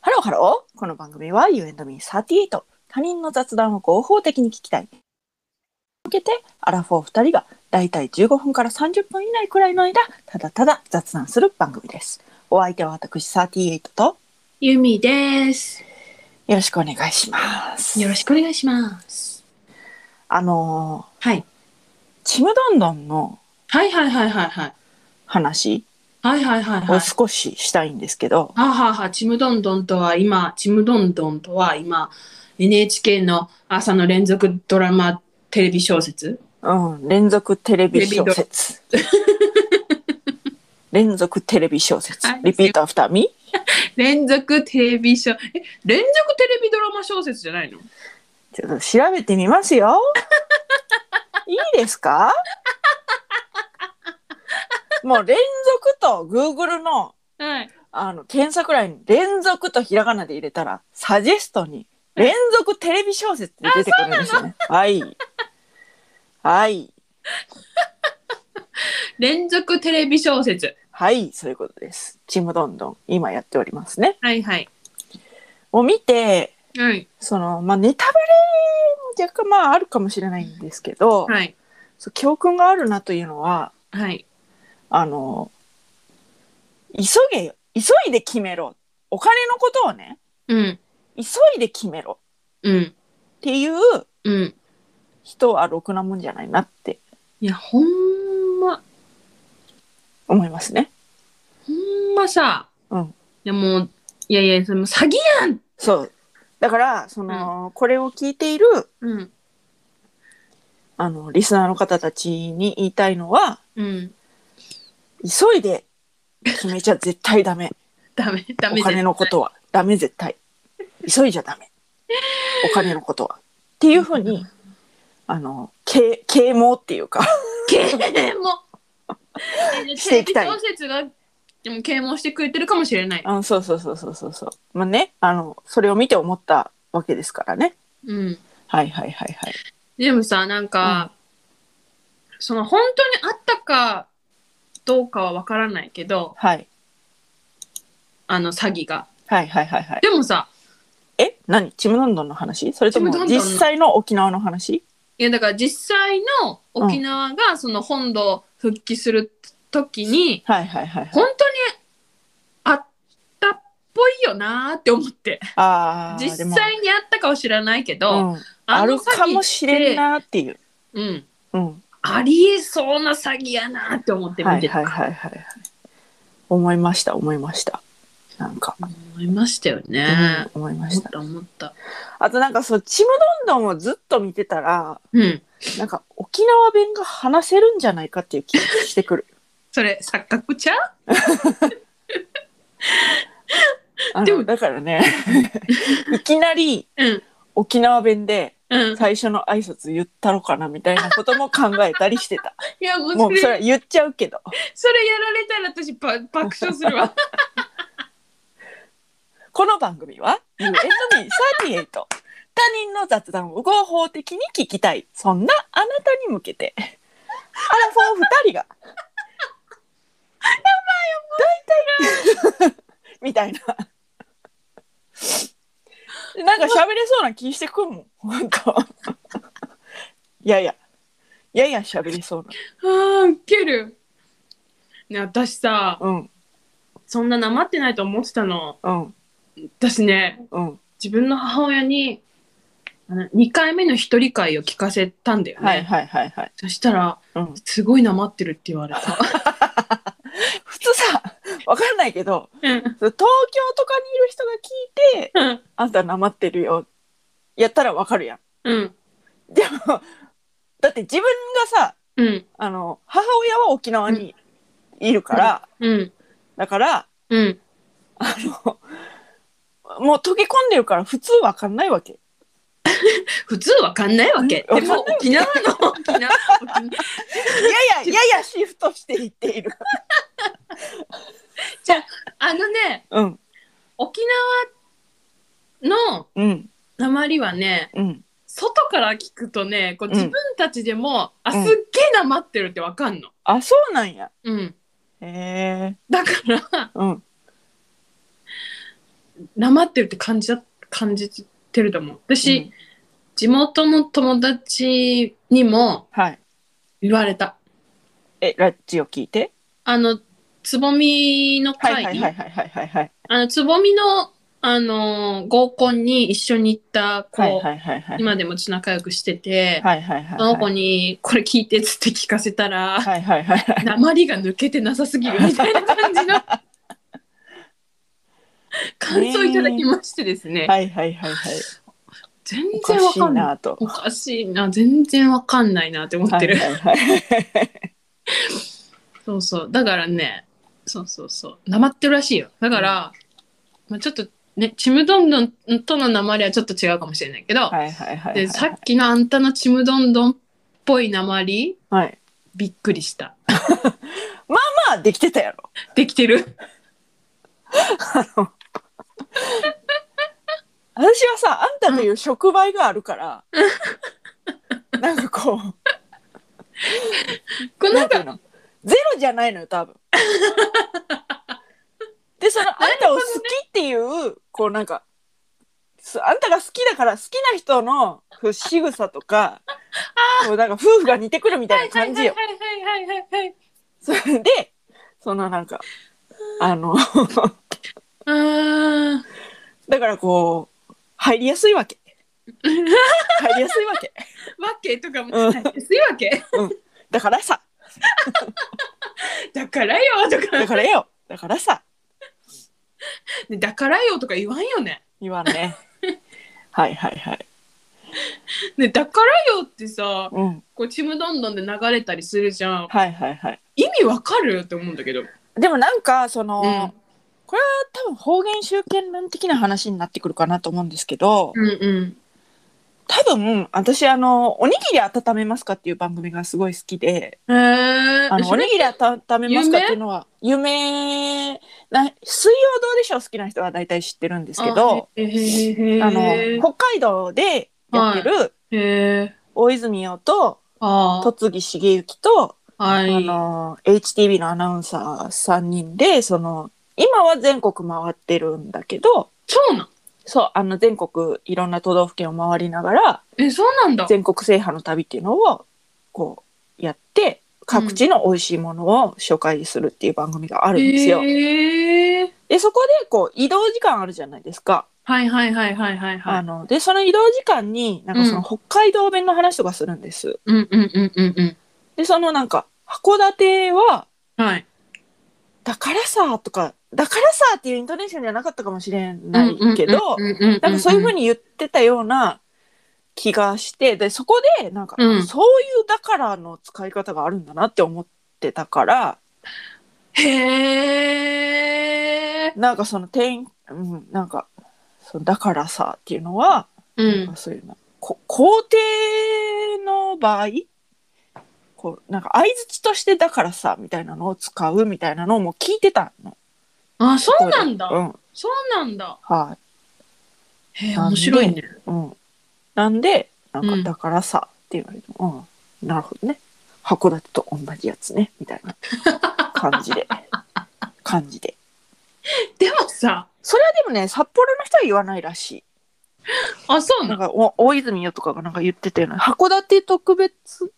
ハロー。この番組は You and me38。他人の雑談を合法的に聞きたい。向けて、アラフォー2人がだいたい15分から30分以内くらいの間、ただただ雑談する番組です。お相手は私38とゆみです。よろしくお願いします。よろしくお願いします。あのはい。ー、ちむどんどんのはいはいはいはいはい。話はいはいはいはをい。少ししたいんですけど、はあはあはあ、ちむどんどんとは今、ちむどんどんとは今、NHK の朝の連続ドラマテレビ小説うん、連続テレビ小 説。連続テレビ小説はい。リピートアフターミー連続テレビ小、え、連続テレビドラマ小説じゃないのちょっと調べてみます よ。いいですかもう連続と Google のはい。あの検索欄に連続とひらがなで入れたら、サジェストに連続テレビ小説って出てくるんですよね。はい。はい。連続テレビ小説。はい、そういうことです。ちむどんどん、今やっておりますね。はいはい。を見て、はい。その、まあ、ネタバレも若干まああるかもしれないんですけど、はい。そう教訓があるなというのは、はい。あの、急げよ。急いで決めろ。お金のことをね、うん。急いで決めろうん。っていううん。人はろくなもんじゃないなっていや、ほんま、思いますね。ほんまさ、うんいやもう、いやいや、それもう詐欺やんそう。だから、その、これを聞いている、うん。あの、リスナーの方たちに言いたいのは、うん。急いで決めちゃ 絶対ダメ。ダメ、ダメお金のことはダメ絶対急いじゃダメお金のことはっていうふうにあの啓啓蒙っていう か絶対啓蒙していきたいテレビ小説が、でも啓蒙してくれてるかもしれない。あそうそうそうそうそうそうまあねあのそれを見て思ったわけですからねうん。はいはいはいはいでもさ、なんか、その本当にあったかどうかはわからないけど、はいあの詐欺が。はいはいはいはいでもさ、え何ちむどんどんの話それともちむどんどん実の際の沖縄の話いやだから実際の沖縄がその本土復帰する時に、はいはいはいはい本当にあったっぽいよなーって思って。あー実でも際にあったかは知らないけど、うん、あのる詐欺ってかもしれんなっていう、うん。うん、ありえそうな詐欺やなって思っては見いてた、はいはいはいはい思いました思いましたなんか思いましたよね。うん、思いま思し。ったた思った。あとなんかそう、ちむどんどんをずっと見てたら、うん。なんか沖縄弁が話せるんじゃないかっていう気がしてくる。それ錯覚ちゃうあでのもだからね、いきなりうん。沖縄弁でうん。最初の挨拶言ったろかなみたいなことも考えたりしてた。いやもうもそうれそれは言っちゃうけど。それやられたら私ば爆笑する わ。この番組は You and me38 他人の雑談を合法的に聞きたいそんなあなたに向けてアラフォー二人がやばいよ大体みたいななんか喋れそうな気してくるもん本当いやいやいやいや喋りそうああウケる。ね私なさうんそんななまってないと思ってたの。うん私ねうん自分の母親にあの2回目の一人会を聞かせたんだよね。はいはいはいはい、そしたらうん、すごいなまってるって言われた。普通さわかんないけどうん東京とかにいる人が聞いてうん「あんたなまってるよ」やったらわかるやん。うんでもだって自分がさうんあの母親は沖縄にいるから、うんだからうん。あのもう溶け込んでるから普通わかんないわけ。普通わかんないわけ。うんでもわか沖縄の沖縄い やいやややシフトしていっている。あのねうん沖縄のうん鉛はねうん。外から聞くとねこううん自分たちでも、あすうんっげえなまってるってわかんの。あそうなんや。うん、へえ。だからうんなまってるって感じだ感じてると思う私、地元の友達にもはい。言われたえ、ラジオ聞いて。あのつぼみのはい会、はいはいはいはいはいはい。あのつぼみのあのー合コンに一緒に行った子、はいはいはいはい。今でもち仲良くしてて、はいはいはい。その子に「これ聞いて」っつって聞かせたら、はいはいはいはい。鉛が抜けてなさすぎるみたいな感 じの感想いただきましてですね、はいはいはいはい。全おか然わしいかんないなと。おかしいな全然わかんないなって思ってる、はいはいはい。そうそうだからねそうそうそうなまってるらしいよだから、まあ、ちょっとねちむどんどんとのなまりはちょっと違うかもしれないけど、はいはいはいはい。でさっきのあんたのちむどんどんっぽいなまりはい。びっくりしたまあできてたやろ。できて る私はさあんたという触媒がある から、なんかこうこれななんんていうかのゼロじゃないのよ多分。でそのあんたを好きっていう、こうなんかすあんたが好きだから好きな人のこう仕草とかこうなんか夫婦が似てくるみたいな感じよ。はいはいはいはいはいそれでそのなんかあのはいあだからこう入りやすいわ けー入りやすいわけわけとかもうんないですいわけだからさだからよとだかからよだからさだからよとか言わんよね言わんねはいはいはいねだからよってさうんこうちむどんどんで流れたりするじゃんはいはいはい意味わかるって思うんだけどでもなんかその、うん多分方言集権論的な話になってくるかなと思うんですけど、うんうん多分私あの「おにぎり温めますか?」っていう番組がすごい好きでへ「えあのおにぎり温めますか?」っていうのは夢な水曜どうでしょう好きな人は大体知ってるんですけどへえあの北海道でやってるへえ大泉洋とあー戸次重幸とはいあの HTV のアナウンサー3人でその今は全国回ってるんだけどそうなんそうあの全国いろんな都道府県を回りながらえそうなんだ全国制覇の旅っていうのをこうやって各地の美味しいものを紹介するっていう番組があるんですよ。へえでそこでこう移動時間あるじゃないですか。はいはいはいはいはいはあいのでその移動時間になんかそうのん北海道弁の話とかするんです。うんうんうんうんうんでそのなんか函館ははいだからさとか、だからさっていうイントネーションじゃなかったかもしれないけど、なんかそういうふうにに言ってたような気がして、で、そこで、なんか、うんそういうだからの使い方があるんだなって思ってたから、へえなんかその点、うん、なんか、そのだからさっていうのは、うんそういうな、こ皇帝の場合、こう、なんか相槌としてだからさみたいなのを使うみたいなのをもう聞いてたの。あそうなんだうん、そうなんだはい。へえなんで面白いねうん、なんでなんうかんだからさって言われても、うんなるほどね函館と同じやつねみたい な感じで感じででもさそれはでもね札幌の人は言わないらしあそういななんんかお大泉洋とかがなんか言ってたような函館特別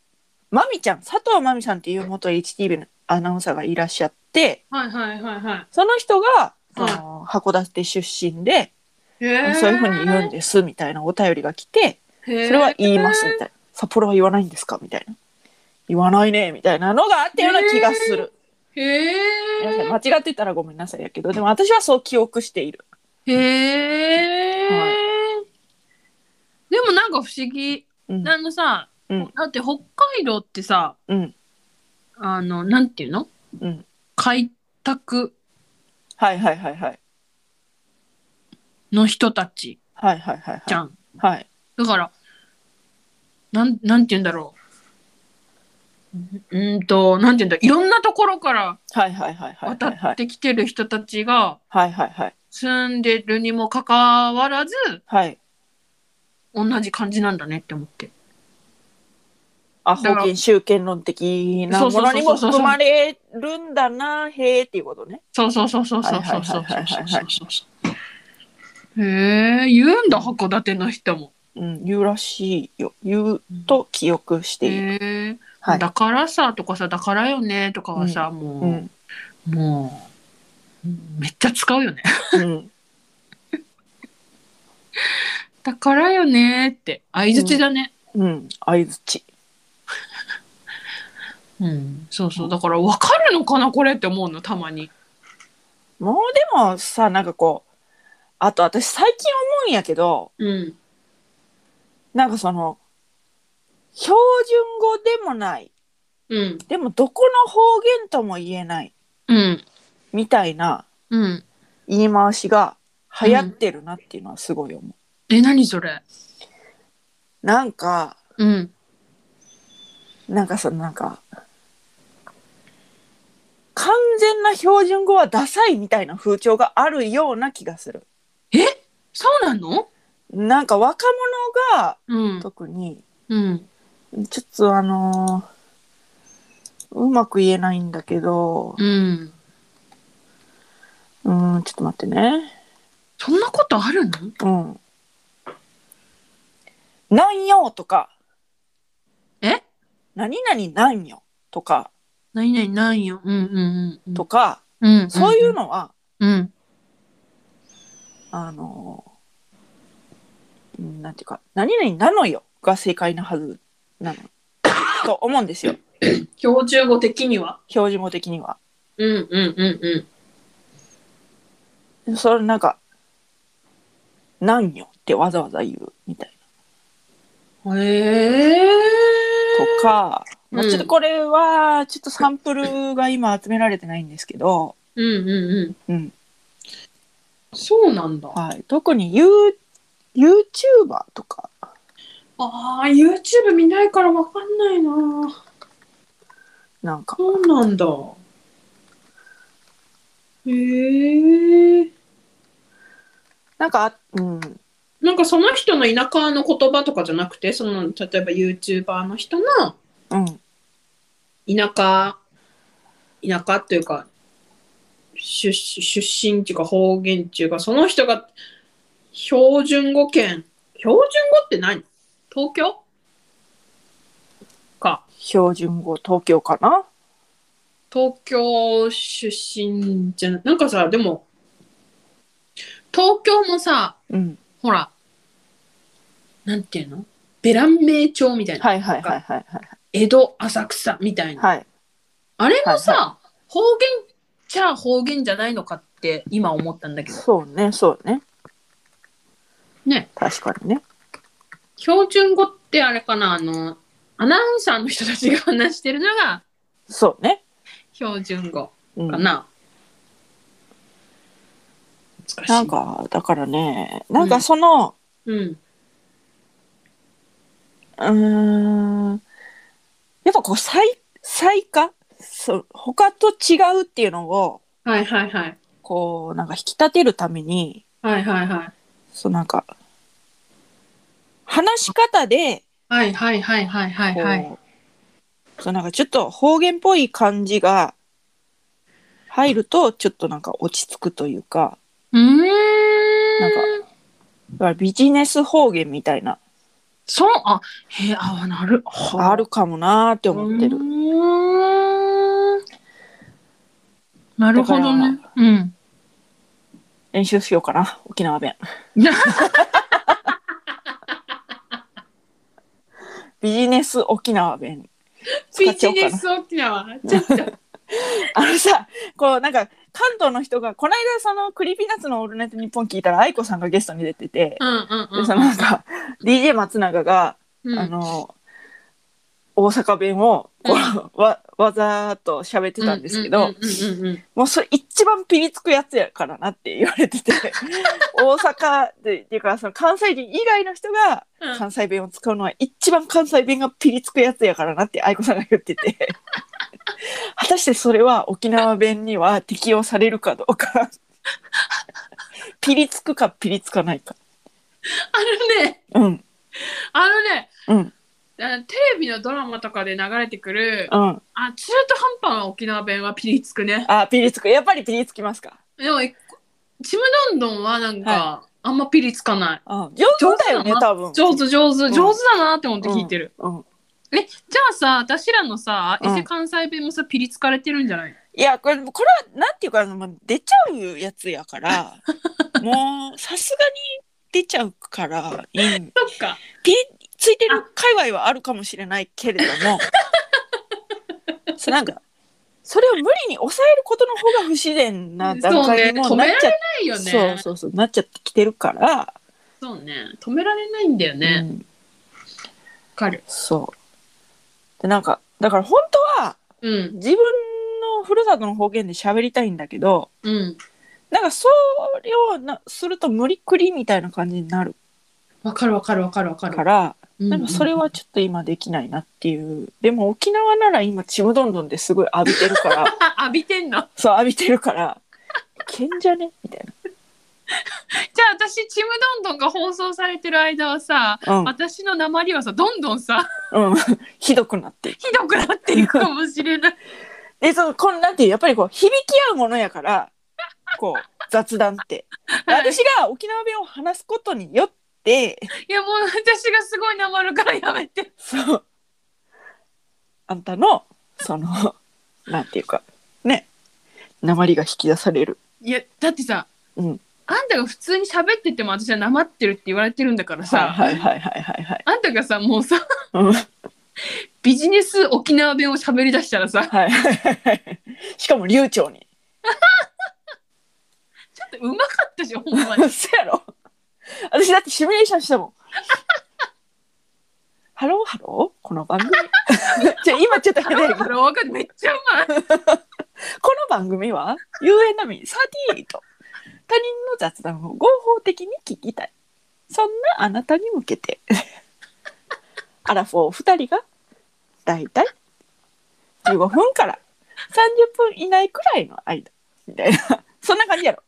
まみちゃん佐藤まみさんっていう元 HTV のアナウンサーがいらっしゃってはいはいはいはその人がその函館出身で、いへえそういうふうに言うんですみたいなお便りが来て、それそれは言いますみたいな。札幌は言わないんですかみたいな。言わないねみたいなのがあったような気がする。へ皆さんえ間違ってたらごめんなさいやけど、でも私はそう記憶している。へえでもなんか不思議うん。あのさうんだって北海道ってさうん。あのなんていうのうん開拓はいはいはいはい。の人たちはいはいはいはい。じゃんはい。だから、なん、なんて言うんだろう。うーんと、なんて言うんだ、いろんなところからはいはいはいはい渡はいはっい。てきてる人たちがはいはいはい。住んでるにもかかわらず、はい。同じ感じなんだねって思って。あ、だから封建集権論的なものにもそうそうそうそうそう含まれるんだな、へえっていうことね。そうそうそうそうそうはいはそいうはそういはいはいそうそうそう。へえ、言うんだ、函館の人も。うん、言うらしいよ。言うと記憶している。へえはいだからさとかさ、だからよねとかはさ、うもん。う、もう、めっちゃ使うよね。うん。だからよねって、相づちだね。うん。相づち。うん、そうそう。だから、わかるのかな、これって思うの、たまに。もうでもさ、なんかこう、あと私最近思うんやけど、うん。なんかその、標準語でもない。うん。でもどこの方言とも言えない。うん。みたいなうん。言い回しが流行ってるなっていうのはすごい思う。え、何それ。なんか、うん。なんかそのなんか、完全な標準語はダサいみたいな風潮があるような気がする。そうなのなんか若者がうん。特に、うん。ちょっとあのーうまく言えないんだけど、うん。うーん、ちょっと待ってね。そんなことあるのうん。なんよとか、え何々なんよとか、何々なんよ。うんうんうん。とか、うんん。そういうのは、うん。あのーうんなんていうか、何々なのよが正解なはずなの。と思うんですよ。標準語的には。標準語的には。うんうんうんうん。それなんか、なんよってわざわざ言うみたいへえ。な。とか、まあうんちょっとこれは、ちょっとサンプルが今集められてないんですけど、うんうんうん。うん。そうなんだ。あはい。特にユー、YouTuber とか、あー、YouTube 見ないからわかんないな。なんか、そうなんだ。へえ。なんか、うん。なんかその人の田舎の言葉とかじゃなくて、その、例えば YouTuber の人のうん。田舎、田舎っていうか、出出身っていうか方言っていうか、その人が標準語圏、標準語って何東京か。標準語、東京かな東京出身じゃな、なんかさ、でも、東京もさ、うん。ほら、なんていうのベラン名町みたいな。はいはいはいはいはい。江戸、浅草みたいな。はい。あれもさ、はい方言じゃ方言じゃないのかって今思ったんだけど、そうね、そうね。ね。確かにね。標準語ってあれかな、あの、アナウンサーの人たちが話してるのがそうね。標準語うん、かなな。難しい。んか、だからね、なんかその、うん。うーん、やっぱこう、最、最下そう、他と違うっていうのを、はいはいはい。こう、なんか引き立てるために、はいはいはい。そうなんか、話し方で、はいはいはいはいはこう、いはい。そうなんかちょっと方言っぽい感じが入ると、ちょっとなんか落ち着くというか、うーん。なんだからビジネス方言みたいな、そう、あ、へえ、あ、なる。あるかもなーってと思ってる。なるほどだね。うん。練習しようかな沖縄 弁ビジネス沖縄弁使ビっちゃおジうかネなス沖縄。ちょっと。あのさこうなんか関東の人がこの間そのクリーピーナッツの「オールナイトニッポン」聞いたら愛子さんがゲストに出てて、うんうんうん。でそのなんか DJ 松永が、うんあの大阪弁をこう、わわざと喋ってたんですけど、うんうんうんうんうんもうそれ一番ピリつくやつやからなって言われて て大阪でっていうかその関西人以外の人がうん関西弁を使うのは一番関西弁がピリつくやつやからなって愛子さんが言ってて 果たしてそれは沖縄弁には適用されるかどうか ピリつくかピリつかないかあのね、うんあのね、うんあのテレビのドラマとかで流れてくる、うんあ、中途半端な沖縄弁はピリつくね。あピリつくやっぱりピリつきますかでも、ちむどんどんはなんか、あんまピリつかない。うん、上手だよね上手多分上手上手、ん上手だなって思って聞いてる。うん、え、じゃあさ、私らのさ、うんエセ関西弁もさ、ピリつかれてるんじゃないいやこれこれはなんていうかもう出ちゃうやつやからもうさすがに出ちゃうからいいんそっか。ついてる界隈はあるかもしれないけれども そうなんかそれを無理に抑えることの方が不自然な段階にもそううなねっちゃっないてよね。そう,、そうそうなっちゃってきてるから、そうね。止められないんだようね。んわ、かる。そうでなんかだから本当はうん。自分のふるさとの方言で喋りたいんだけどうん。なんかそれをなすると無理くりみたいな感じになるわかるわかるわかるわかる。から、うんなんかそれはちょっと今できないなっていうでも沖縄なら今ちむどんどんですごい浴びてるからあ浴びてんのそう浴びてる から「けんじゃね?」みたいじゃあ私ちむどんどんが放送されてる間はさ、な、私の鉛はさどんどんさうんうん、 ひどくなってひどくなっていくかもしれ ないでそのこんなんていうやっぱりこう響き合うものやからこう雑談って。はい私が沖縄弁を話すことによっていやもう私がすごいなるからやめてそうあんたのそのなんていうかね鉛が引き出されるいやだってさ、うんあんたが普通に喋ってても私はなまってるって言われてるんだからさ、はいはいはいはいはいあんたがさもうさうんビジネス沖縄弁を喋りだしたらさはいはいはいはいしかも流暢にちょっとうまかったじゃんほんまにそやろ私だってシミュレーションしたもん ハローハローこの番組 じゃ今ちょっとあ変だらけどあこのらわかるめっちゃうまい番組は UN 並み38他人の雑談を合法的に聞きたいそんなあなたに向けてアラフォー2人がだいたい15分から30分以内くらいの間みたいなそんな感じやろ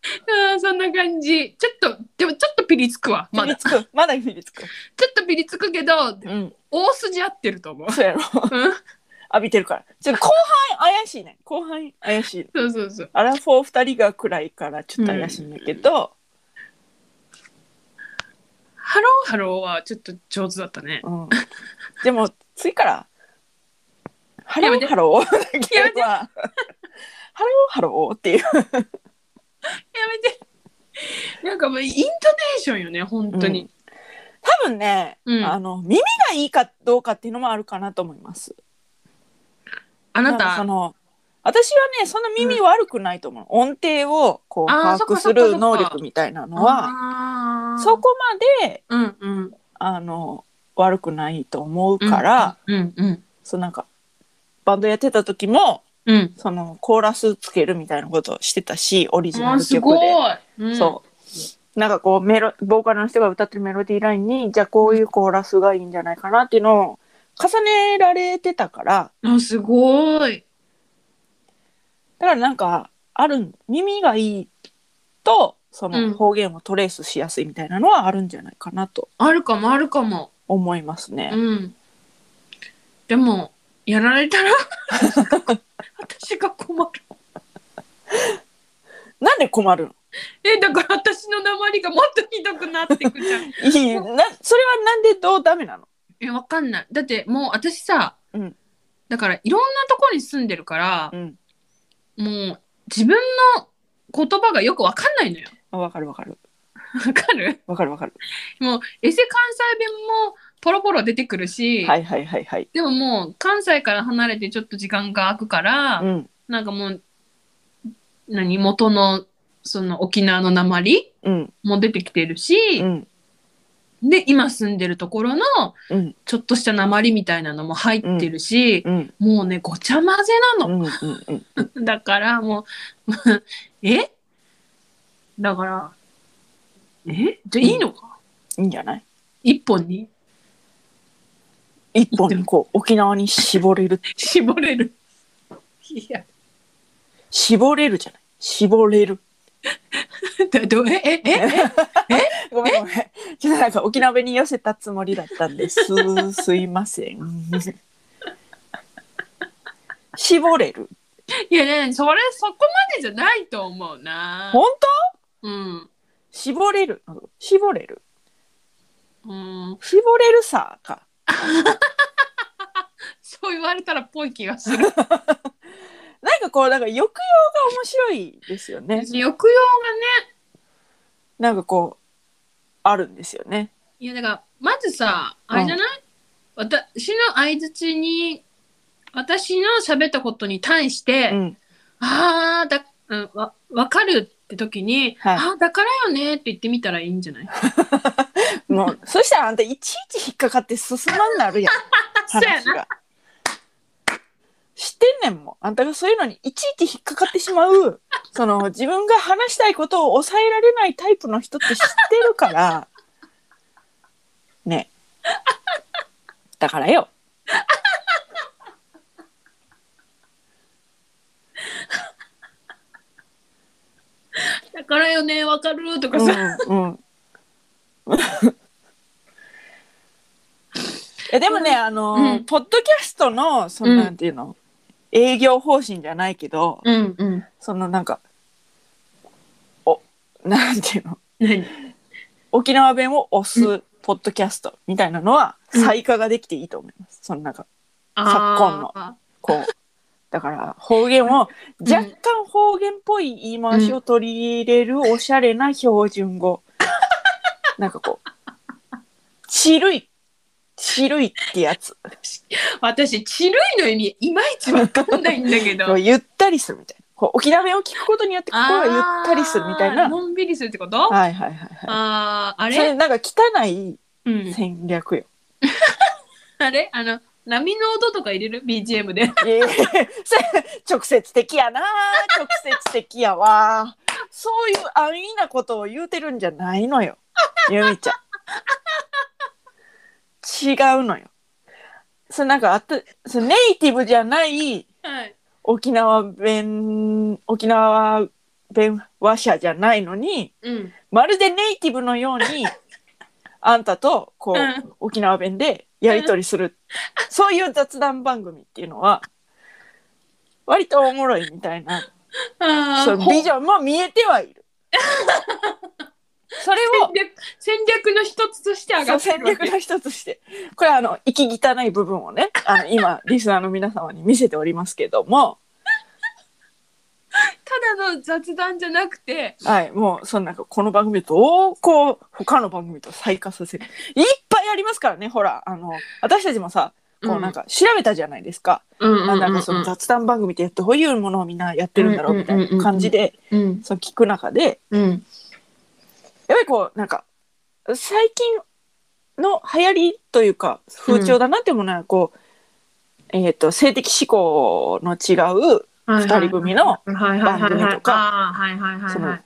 あーそんな感じちょっとでもちょっとピリつくわままだだちつく。まだひりつく。ょっとピリつくけどうん。大筋合ってると思うそうやろ。うん浴びてるから。ちょっと後半怪しいね。後半怪しい。そうそうそうアラフォー二人がくらいからちょっと怪しいんだけど、ハローハローはちょっと上手だったねうん。でも、次から、ハロやめーてハロー だけは、ハローハローっていう。やめてなんかもうイントネーションよね本当に、多分ね、うんあの、耳がいいかどうかっていうのもあるかなと思います。あなかそたの、私はね、そんな耳悪くないと思う。音程をこうあー把そっか握すそっかそっかる能力みたいなのは、あーそこまでうんうんあの悪くないと思うから、うんうんそのなんかバンドやってた時もうんそのコーラスつけるみたいなことをしてたしオリジあナールす曲ごいで、、うん、そうなんかこうメロボーカルの人が歌ってるメロディーラインにじゃあこういうコーラスがいいんじゃないかなっていうのを重ねられてたからあすごいだからなんかあるん耳がいいとそうのん方言をトレースしやすいみたいなのはあるんじゃないかなとあるかもあるかも思いますね。うんでもやられた ら私が困るなんで困るのえだから私の鉛がもっとひどくなってくじ ゃんいいなそれはなんでどうダメなのえわかんないだってもう私さ、うんだからいろんなとこに住んでるからう、んもう自分の言葉がよくわかんないのよ あわかるわかるわかるわかるわかる。もうエセ関西弁もポロポロ出てくるし、はいはいはいはい。でももう関西から離れてちょっと時間が空くから、うんなんかもう何元のその沖縄の鉛うんも出てきてるし、うんで今住んでるところのうんちょっとした鉛みたいなのも入ってるし、うんもうねごちゃ混ぜうなの、んうんうん。だからもうえだからえじゃあいいのか、いいんじゃない？一本に一本にこう沖縄に絞れる絞れるいや絞れるじゃない？絞れる。だどええ ええごめんごめん。ちょっとなんか沖縄弁に寄せたつもりだったん です。すいません。絞れる。いやねそれそこまでじゃないと思うな本うん。絞れる。絞れる。うん。絞れるさか。そう言われたらぽい気がする。なんかこう、なんか抑揚が面白いですよね。抑揚がね、なんかこう、あるんですよね。いやだから、まずさ、あれじゃない、私の相づちに、私の喋ったことに対して、うん。ああ、だ、うん、わ、わかるって時に、はいああ、だからよねって言ってみたらいいんじゃないもう、そしたらあんたいちいち引っかかって進まんなるやん。 そうや話な。が。知ってんねんもん。あんたがそういうのにいちいち引っかかってしまう、 その自分が話したいことを抑えられないタイプの人って知ってるから。ね。だからよ。だからよね、わかるとかうさ、んうん。 いやでもね、あのーうんポッドキャストの、そのうんなんていうの、営業方針じゃないけど、うん、うん。そのなんか、お、なんていうの、何沖縄弁を押すポッドキャストみたいなのは、うん最下ができていいと思います。そのなんか、あー昨今のこう。だから方言をうん若干方言っぽい言い回しを取り入れるおしゃれな標準 語、なんかこう「ちるい」「ちるい」ってやつ私、ちるいの意味、いまいちわかんないんだ けど。ゆったりするみたいなこう沖縄弁を聞くことによって心がゆったりするみたいあーなのんびりするってこと、はいはいはいはああ、あいそれれ、なんか汚いうん、戦略よ、あれあの、波の音とか入れる ?BGM で。ええ それ直接的やな直接的やわそういう安易なことを言うてるんじゃないのよゆみちゃん違うのよそれなんかあとそれネイティブじゃないはい。沖縄弁沖縄弁話者じゃないのにうん。まるでネイティブのようにあんたとこう、うん沖縄弁でやり取りする、そういう雑談番組っていうのは割とおもろいみたいなあそあ、うビジョンも見えてはいるそれを戦略戦略の一つとして上そがうって戦るわ略けの一つしてこれあの息汚い部分をねあの今リスナーの皆様に見せておりますけども、ただの雑談じゃなくてはい、もうそのなんかこの番組をどうこう他の番組と再化させるいっぱいありますからねほらあの私たちもさこうなんか調べたじゃないですか。うんうんうんあうんなんかその雑談番組ってどういうものをみんなやってるんだろうみたいな感じでうんその聞く中でうんやっぱりこうなんか最近の流行りというか風潮だなってものはこう、えー、と性的思考の違う二二人組の番番組とかはいはいはいそはのい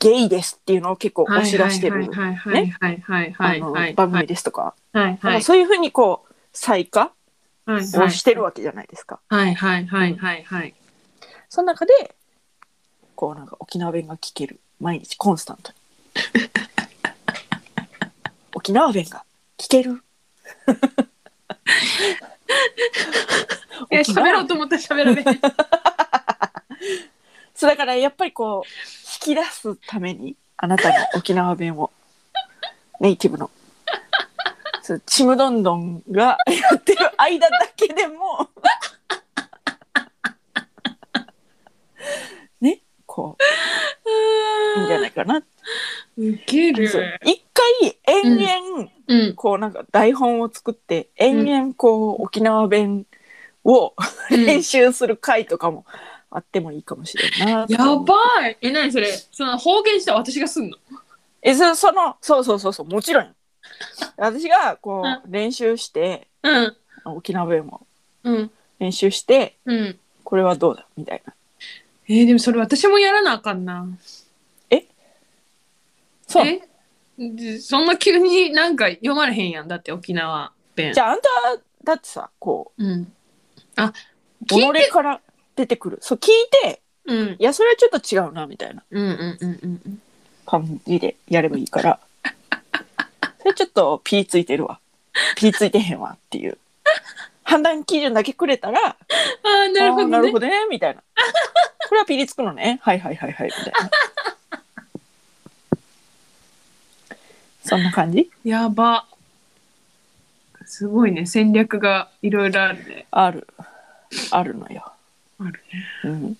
ゲイですっていうのを結構押し出してるはいはいはいはいはあいのはいはい番組ですとかはいなんはかいそういうふうにこう再化はいをしてるわけじゃないですか。はいはいはいはいはいその中でこうなんか沖縄弁が聞ける毎日コンスタントに 沖縄弁が聞けるいや沖縄喋ろうと思ったら喋られないそうだからやっぱりこう引き出すためにあなたの沖縄弁をネイティブのそうちむどんどんがやってる間だけでも ねこういいんじゃないかなってウケるそう一回延々、うんこうなんか台本を作って延々こう沖縄弁をうん練習する回とかもあってもいいかもしれないなやばいえ何それその方言した私がすんのえそそのそうそうそうそうもちろん私がこうう練習してうん沖縄弁をうん練習してうんこれはどうだみたいなえー、でもそれ私もやらなあかんな。そうえでそんな急になんか読まれへんやんだって沖縄弁じ。ゃああんただってさこうん、あう聞いて己から出てくるそう聞いてういんやそれはちょっと違うなみたいなうんうんうんうん感じでやればいいからそれちょっとピーついてるわピーついてへんわっていう判断基準だけくれたらあーなるほあーどねな るほどねみたいなこれはピリつくのねはいはいはいはいみたいなそんな感じやば。すごいね。戦略がいろいろあるね。ある。あるのよ。あるね。うん。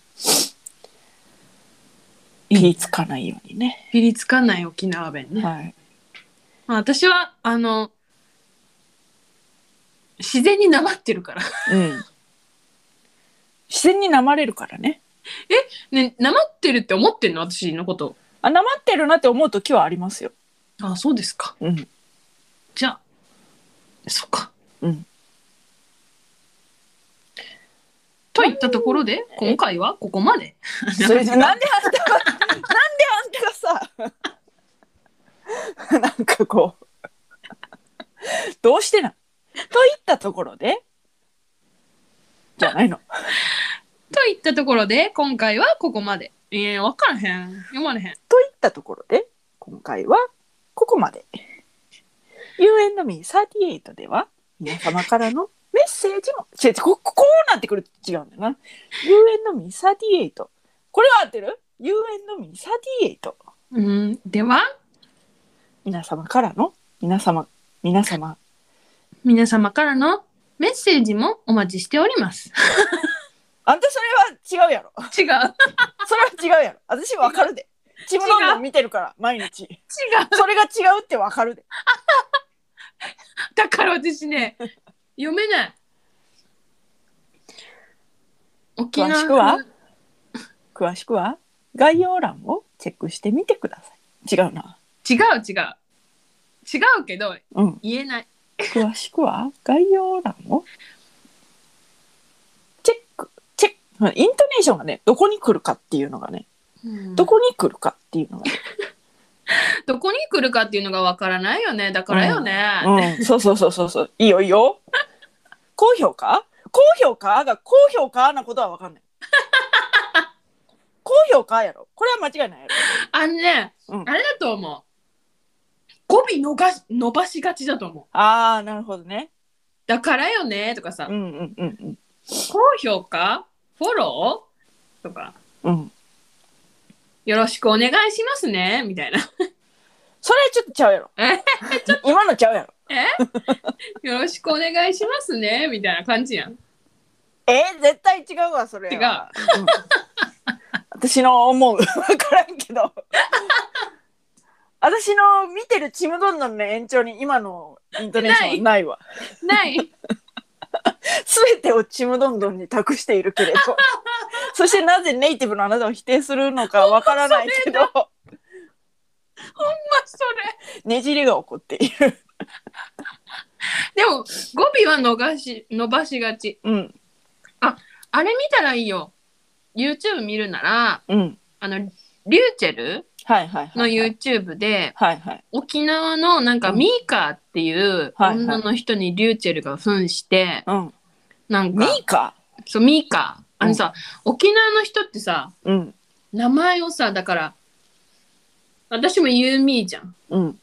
ピリつかないようにね。ピリつかない沖縄弁ね。はい。まあ、私は、あの、自然になまってるから。 うん。自然になまれるからね。ね、なまってるって思ってんの私のこと。あ、なまってるなって思う時はありますよ。あそうですか。うん。じゃあ、そっか。うん。といったところで、今回はここまで。それじゃ、なんであんたが、なんであんたがさ、 なんかこう、どうしてなんといったところで、じゃないの。といったところで、今回はここまで。えー、わからへん。読まれへん。といったところで今回はここまで U&Me38 では皆様からのメッセージも違う違うこここうなってくると違うんだよな U&Me38 これは合ってる ?U&Me38 うん、では、皆様からの皆様皆様皆様からのメッセージもお待ちしております。あんたそれは違うやろ違う。違う。それは違うやろ私わかるでちむどんどん見てるから毎日それが違うってわかるでだから私ね、読めない。沖詳しくは詳しくは概要欄をチェックしてみてください違うな違う違う。違うけど、うん言えない。詳しくは概要欄をチェックチェックイントネーションがねどこに来るかっていうのがね、どどここに来るかっていうのが、どこに来るかっていうのがわからないよね。だからよね。うん、そうそうそうそうそういいよいいよ高評価高評価が高評価なことは分かんない高評価やろこれは間違いないやろあのね、うんあれだと思う。語尾のが伸ばしがちだと思う。ああなるほどねだからよねとかさう、んうんうんうん高評価フォローとか、うんよろしくお願いしますねみたいな。 それはちょっとちゃうやろえ今 のちゃうやろよろしくお願いしますねみたいな感じやん。えー、絶対違うわそれはうん私の思う 分からんけど私の見てる「ちむどんどん」の延長に今のイントネーションはないわない。全てを「ちむどんどん」に託している けれどそしてなぜネイティブのあなたを否定するのかわからないけどまあ それ。ねじれが起こっているでも語尾は伸ばし伸ばしがち。うんあれ見たらいいよ。YouTube 見るなら、うんあの、リューチェルはいはいはいのはい YouTube で、はいはい沖縄のなんかうんミーカーっていうはいはい女の人にリューチェルが扮して、うんなんミか、ーかそう、ミーカー。あのさ、沖縄の人ってさ、うん名前をさ、だから、私もユーミーじゃん。うん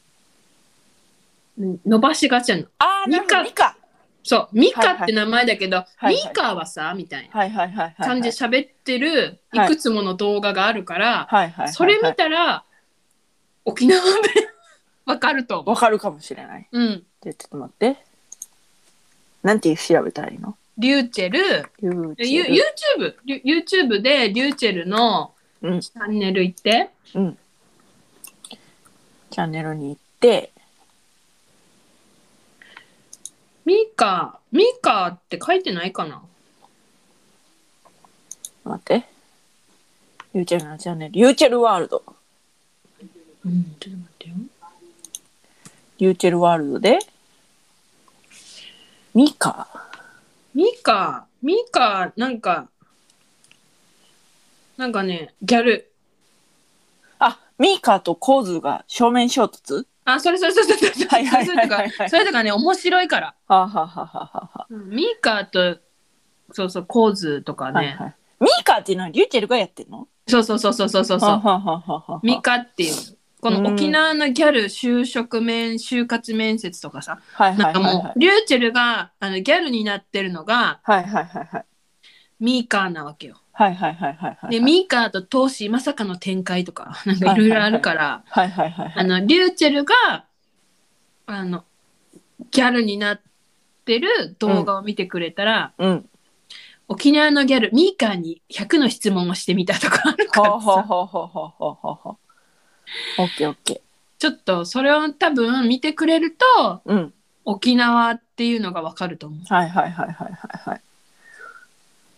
伸ばしがちなの。ああなるほどミミカそう、ミカって名前だけど、はいはいミーカーはさ、みたいなはいはいはいはいはい感じで喋ってる、いはいくつもの動画があるから、はいはいはいはいそれ見たら、沖縄弁 わかると思。わかるかもしれないううん。で、ちょっと待って。なんて調べたらいいのリューチェル、ユーえユ YouTube、リュ YouTube でリューチェルのうんチャンネル行って、チャンネルに行って、ミーカー、ミーカーって書いてないかな待って。ユーチェルのチャンネル、ユーチェルワールド。うん、ちょっと待ってよ。ユーチェルワールドで、ミカ。ミーカー、ミーカー、なんか、なんかね、ギャル。あ、ミカとコーズが正面衝突あ、それそれそれそれそれはいはいそれはいとかはいはいそれとかね、面白いから。はあ、はあはあはあはうんミーカーと、そうそう、コーズとかあ、ね、はいはい。ミカっていうのはリューチェルがやってんのそうそうそうそうそうそうそうはあ、はあはあはあはあミカっていう。この沖縄のギャル就職面、就活面接とかさ、はいはないんかはいもはう、い。リューチェルがあのギャルになってるのがはいはいはいはい。ミーカーなわけよ。はいはいはいはいはい。で、ミーカーとトーシーまさかの展開とか、なんかいろいろあるから、はいはいはいはい。あの、リューチェルがあのギャルになってる動画を見てくれたら、うん。沖縄のギャルミーカーに100の質問をしてみたとかあるかほうらほうさほうほうほうほうほうほう。オッケーオッケちょっとそれを多分見てくれるとー。うん。沖縄っていうのがわかると思う。はいはいはいはいはいはい。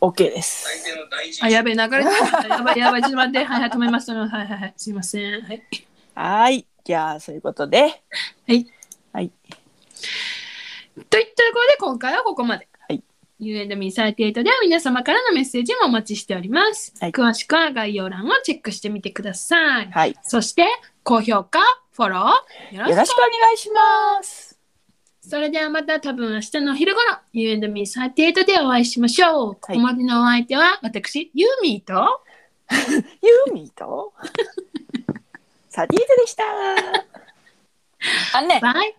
オッケーです。の大事あ、やべえ、流れてた。 やばい、やばい、ちょっと待って。はい、はい、止 めます。はい、はい、はい。すいません。はい。はい。じゃあ、そういうことで。といったところで、今回はここまで。はい。 U&Me38 では皆様からのメッセージもお待ちしております。はい詳しくは概要欄をチェックしてみてください。はい。そして、高評価、フォロー、よろしよくろしくお願いします。それではまた多分明日のお昼頃、U&Me38 でお会いしましょう。ここまでのお相手は、私、ユーミーと、ユーミーとサディーズでした。あのね、バイ。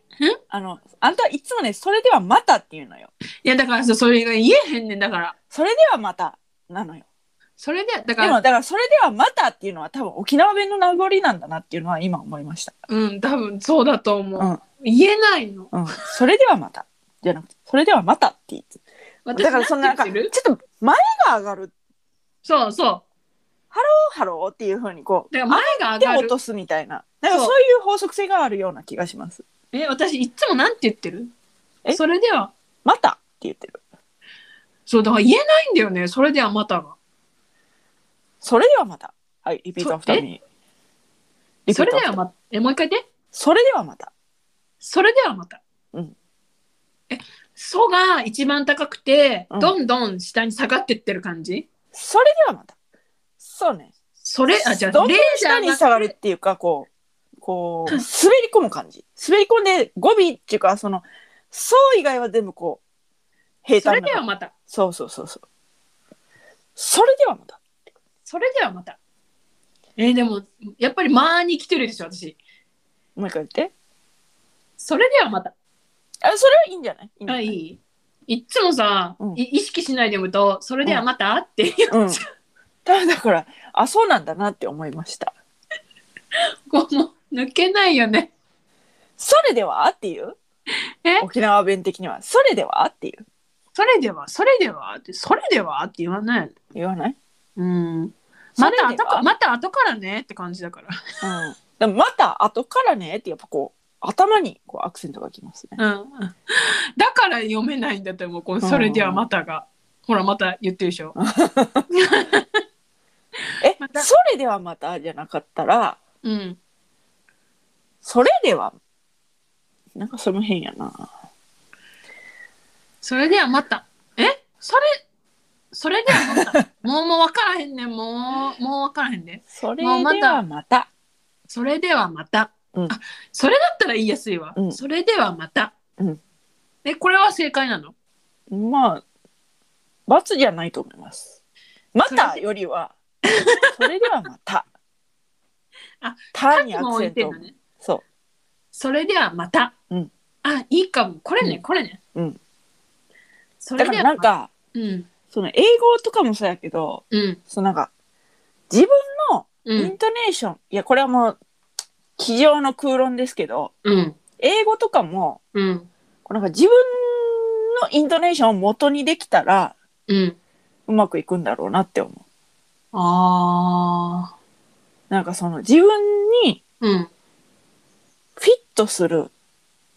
あの、あんたはいつもね、それではまたっていうのよ。いや、だからそうそれが言えへんねん、だから。それではまたなのよ。それで、だかでらも、だからそれではまたっていうのは多分沖縄弁の名残なんだなっていうのは今思いました。うん、多分そうだと思う。うん言えないの。うん。それではまた。じゃなくて、それではまたって言って。私だからそんななんてか、言ちっょてるっと前が上がる、そうそハローっていうふうにこう。だから前がう、手上をが落る。とすみたいな。なんかそそうういう法則性があるような気がします。え、私いつもなんて言ってるえそれでは。またって言ってる。そう、だから言えないんだよね。それではまたが。それではまた。はい、リピートアフターに。リピそーれトアフでターはまた。え、もう一回言って。それではまた。それではまた。うん。え、ソが一番高くて、うんどんどん下に下がってってる感じそれではまた。そうね。それ、あ、じゃあ、どんどんレーじゃ下なくにて下がるっていうか、こう、こう、滑り込む感じ。滑り込んで語尾っていうか、その、そう以外は全部こう、平そ坦れなではまた。そうそうそうそう。それではまた。それではまた。えーでも、やっぱり間に来てるでしょ、私。もう一回言って。それではまた。あ、それはいいんじゃないいいんじゃあないいいいっつもさ、うんい意識しないで読むと「それではまた」っていう、うん。ただだから、あ、そうなんだなって思いました。こうもう抜けないよねそれではっていうえ沖縄弁的には、それではっていう。 「それではそれでは」って「それでは」って言わない言わないうんそまたれで後はかまた後からねって感じだからうん。でもまた後からねってやっぱこう、頭にこうアクセントがきますね。うんだから読めないんだと思うこの「それではまたが」ほらまた言ってるでしょえ、またそれではまたじゃなかったら、うんそれでは、なんかその辺やな。それではまたえそれそれでは またもうもう分からへんねんもうもう分からへんねそれでもうまたはまた。それではまた。うんあそれだったら言いやすいわ。うんそれではまた。うんえ、これは正解なのまあ、罰じゃないと思います。またよりは、それではまた。 あ、たにアもク置セいンてトんをの。ね。そそれではまた。うんあ、いいかも。これね、うんこれね。うん。そうれだでかはらなんまた。か、うん。その英語とかもそうやけど、うん。そのなんか、自分のうインん。トネーション、いや、これはもう、机上の空論ですけど、うん。英語とかも、うん。こうなんか自分のイントネーションを元にできたらうん。うまくいくんだろうなって思う。ああ。なんかその自分にうん。フィットする、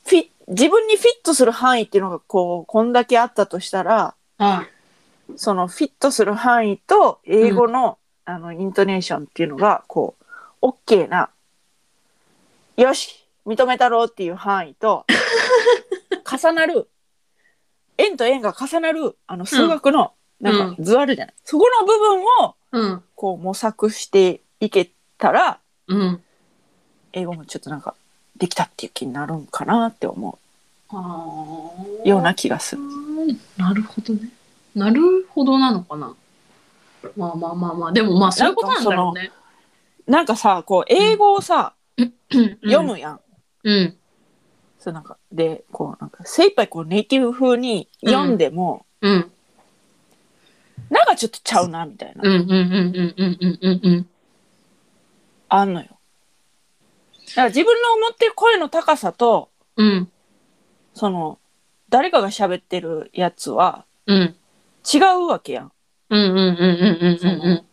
フィ自分にフィットする範囲っていうのがこう、こんだけあったとしたら、はい。そのフィットする範囲と英語の、あの、イントネーションっていうのが、こう、オッケーな、よし認めたろうっていう範囲と、重なる、円と円が重なる、あの、数学の、なんか図あるじゃない。そこの部分を、うん。こう、模索していけたら、うん。英語もちょっとなんかできたっていう気になるんかなって思ああ。うような気がする。うんなるほどね。なるほどなのかな。まあまあまあまあ、でもまあそういうことなんだろうね。なんかさこう英語をさ、うん読。むやん。うん。そうなんかでこうなんか精一杯こうネイティブ風に読んでも、うん。なんかちょっとちゃうなみたいな、うんうんうんうんうんうんうんうん。あんのよ。だから自分の思ってる声の高さとうん。その誰かが喋ってるやつはうん。違うわけやんうんうんうんうんうんうん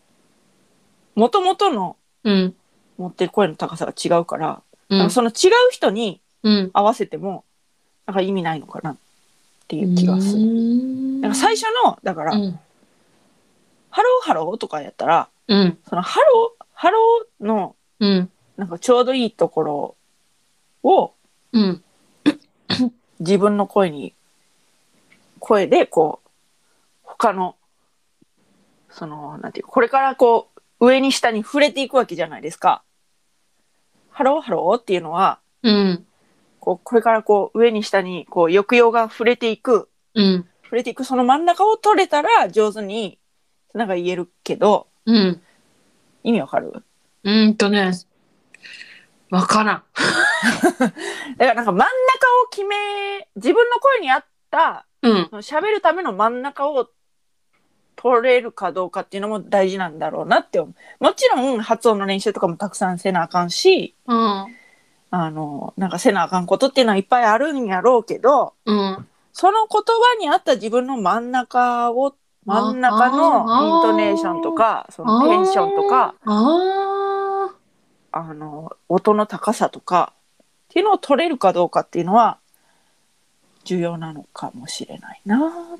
もともとのうん。うん。持ってる声の高さが違うから、うなんんか。その違う人にうん。合わせてもなんか意味ないのかなっていう気がする。るなんか最初のだから、うん。ハローハローとかやったらうん。そのハローハローのうん。なんかちょうどいいところをうん。自分の声に声でこう他のそのなんていうこれからこう上に下に触れていくわけじゃないですか。ハローハローっていうのはうん。こうこれからこう上に下にこう抑揚が触れていくうん。触れていくその真ん中を取れたら上手になんか言えるけどうん。意味わかるうんとね。わからん。だからなんか真ん中を決め自分の声に合ったうん。喋るための真ん中を取れるかどうかっていうのも大事なんだろうなって思うもちろん発音の練習とかもたくさんせなあかんしうん。あのなんかせなあかんことっていうのはいっぱいあるんやろうけどうん。その言葉に合った自分の真ん中を真ん中のイントネーションとかそのテンションとかああの音の高さとかっていうのを取れるかどうかっていうのは重要なのかもしれないなっ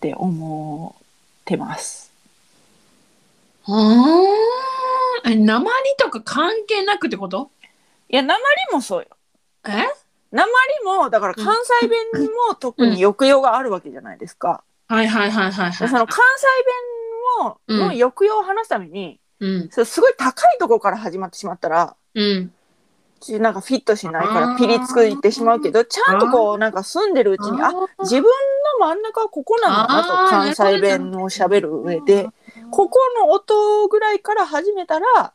て思ってます。あ。ああ。え、鉛とか関係なくってこといや鉛もそうよ。え鉛もだから関西弁にも特に抑揚があるわけじゃないですか。はいはいはいはいでそのはい。関西弁をの抑揚を話すために、うん。そうすごい高いところから始まってしまったらうん。ちなんかフィットしないからピリつくいってしまうけどちゃんとこうなんか住んでるうちにあ自分の真ん中はここなんだあーなと関西弁を喋る上で、ここの音ぐらいから始めたら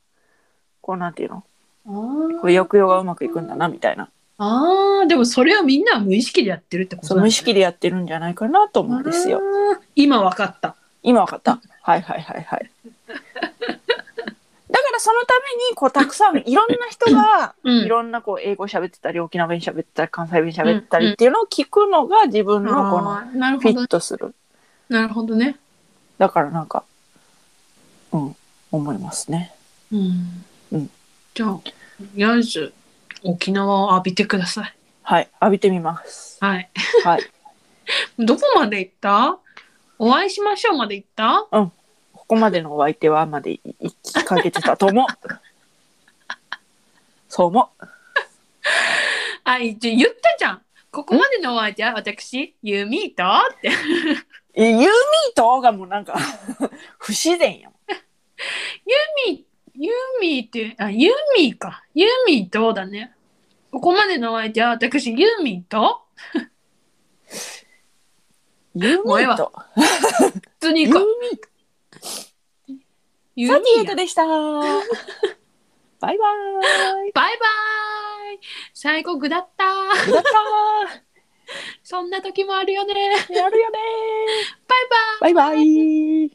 こうなんていうのこう抑揚がうまくいくんだなみたいなああ、でもそれをみんなは無意識でやってるってことそう無意識でやってるんじゃないかなと思うなんんですよ。。あー今わかった。今わかったはいはいはいはい。だからそのためにこうたくさんいろんな人がうんいろんなこう英語喋ってたり沖縄弁喋ってたり関西弁喋ってたりっていうのを聞くのが自分のこのあーなるフほィどッ。トするなるほどね。だからなんかうん思いますね。うん。うんじゃあ、とりあえず、沖縄を浴びてください。はい、浴びてみ ます。はい。はい、どこまで行ったお会いしましょうまで行ったここまでのお相手はまでい行きかけてたと 思う。そう思う。あ、一応言ったじゃん。ここまでのお相手は私、ユミとって。えユーミーとがもうなんか 不自然やもん。ユミって、あ、ユミか。ユミとだね。ここまでのお相手は私、ユミとユーミもうええーわと。普通にユー行ミこう。ーユサティエミイトやでした。バイバーイ。バイバイ最後具だったありがとそんな時もあるよね。う。やるよねバイバイバイバイ。